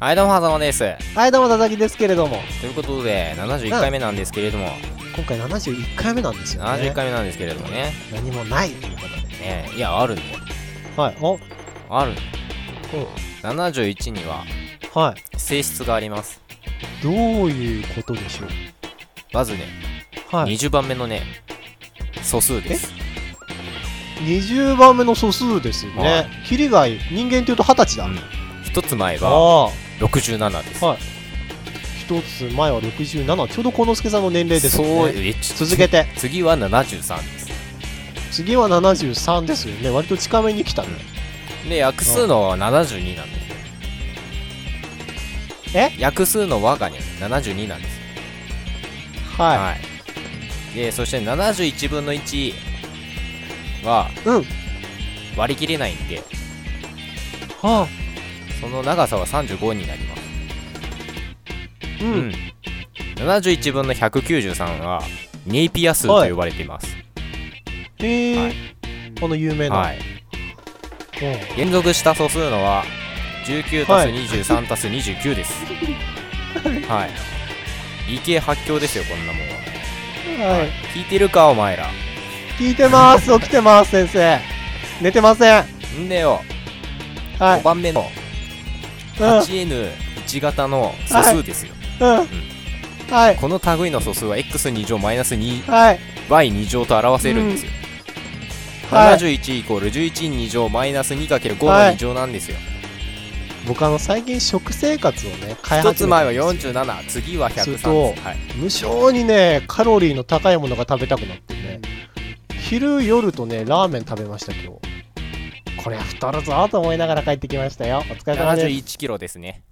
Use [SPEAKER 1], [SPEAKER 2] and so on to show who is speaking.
[SPEAKER 1] はいどうも狭間です
[SPEAKER 2] はいどうも佐々木ですけれども
[SPEAKER 1] ということで71回目なんですけれども、
[SPEAKER 2] 今回71回目なんですよね
[SPEAKER 1] 71回目なんですけれどもね
[SPEAKER 2] 何もないということで
[SPEAKER 1] ねいやあるんだよ
[SPEAKER 2] はいお
[SPEAKER 1] あるんだよ71には
[SPEAKER 2] はい
[SPEAKER 1] 性質があります
[SPEAKER 2] どういうことでしょう
[SPEAKER 1] まずね、
[SPEAKER 2] はい
[SPEAKER 1] 20番目のね素数です
[SPEAKER 2] 20番目の素数ですよ
[SPEAKER 1] は
[SPEAKER 2] ねキリがいい人間っていうと20歳だ
[SPEAKER 1] うん一つ前が
[SPEAKER 2] ああ
[SPEAKER 1] 67です
[SPEAKER 2] はい一つ前は67ちょうど幸之助さんの年齢です
[SPEAKER 1] そう
[SPEAKER 2] よね
[SPEAKER 1] えち
[SPEAKER 2] 続けて
[SPEAKER 1] つ 次は73です
[SPEAKER 2] 次は73ですよね割と近めに来たね
[SPEAKER 1] で約数の和は72なんですよ
[SPEAKER 2] え
[SPEAKER 1] 約数の和がね72なんです
[SPEAKER 2] はい、
[SPEAKER 1] いでそして71分の1は
[SPEAKER 2] うん
[SPEAKER 1] 割り切れないんで
[SPEAKER 2] はあ
[SPEAKER 1] その長さは35になります
[SPEAKER 2] うん、
[SPEAKER 1] うん71分の193はネイピア数と呼ばれています
[SPEAKER 2] へえ、
[SPEAKER 1] はい
[SPEAKER 2] この有名な、
[SPEAKER 1] はい
[SPEAKER 2] うん
[SPEAKER 1] 連続した素数のは19
[SPEAKER 2] は
[SPEAKER 1] 足
[SPEAKER 2] い
[SPEAKER 1] す23足す29です はい理系発狂ですよこんなもんは
[SPEAKER 2] はい
[SPEAKER 1] 聞いてるかお前ら
[SPEAKER 2] 聞いてます起きてます先生寝てません
[SPEAKER 1] んでよ
[SPEAKER 2] はい
[SPEAKER 1] 5番目の
[SPEAKER 2] うん
[SPEAKER 1] 8n1 型の素数ですよ、
[SPEAKER 2] うんはい
[SPEAKER 1] この類の素数は x2 乗マイナス
[SPEAKER 2] はい
[SPEAKER 1] 2y2 乗と表せるんですよ、
[SPEAKER 2] はい
[SPEAKER 1] 71イコール11の2乗マイナス 2×5 の
[SPEAKER 2] はい
[SPEAKER 1] 2乗なんですよ、
[SPEAKER 2] 僕あの最近食生活をね開
[SPEAKER 1] 一
[SPEAKER 2] 発
[SPEAKER 1] つ前は47次は103
[SPEAKER 2] す
[SPEAKER 1] で
[SPEAKER 2] る
[SPEAKER 1] す
[SPEAKER 2] と
[SPEAKER 1] はい、
[SPEAKER 2] 無性にねカロリーの高いものが食べたくなってね昼夜とねラーメン食べました今日これは太るぞと思いながら帰ってきましたよお疲れ様です
[SPEAKER 1] 71キロですね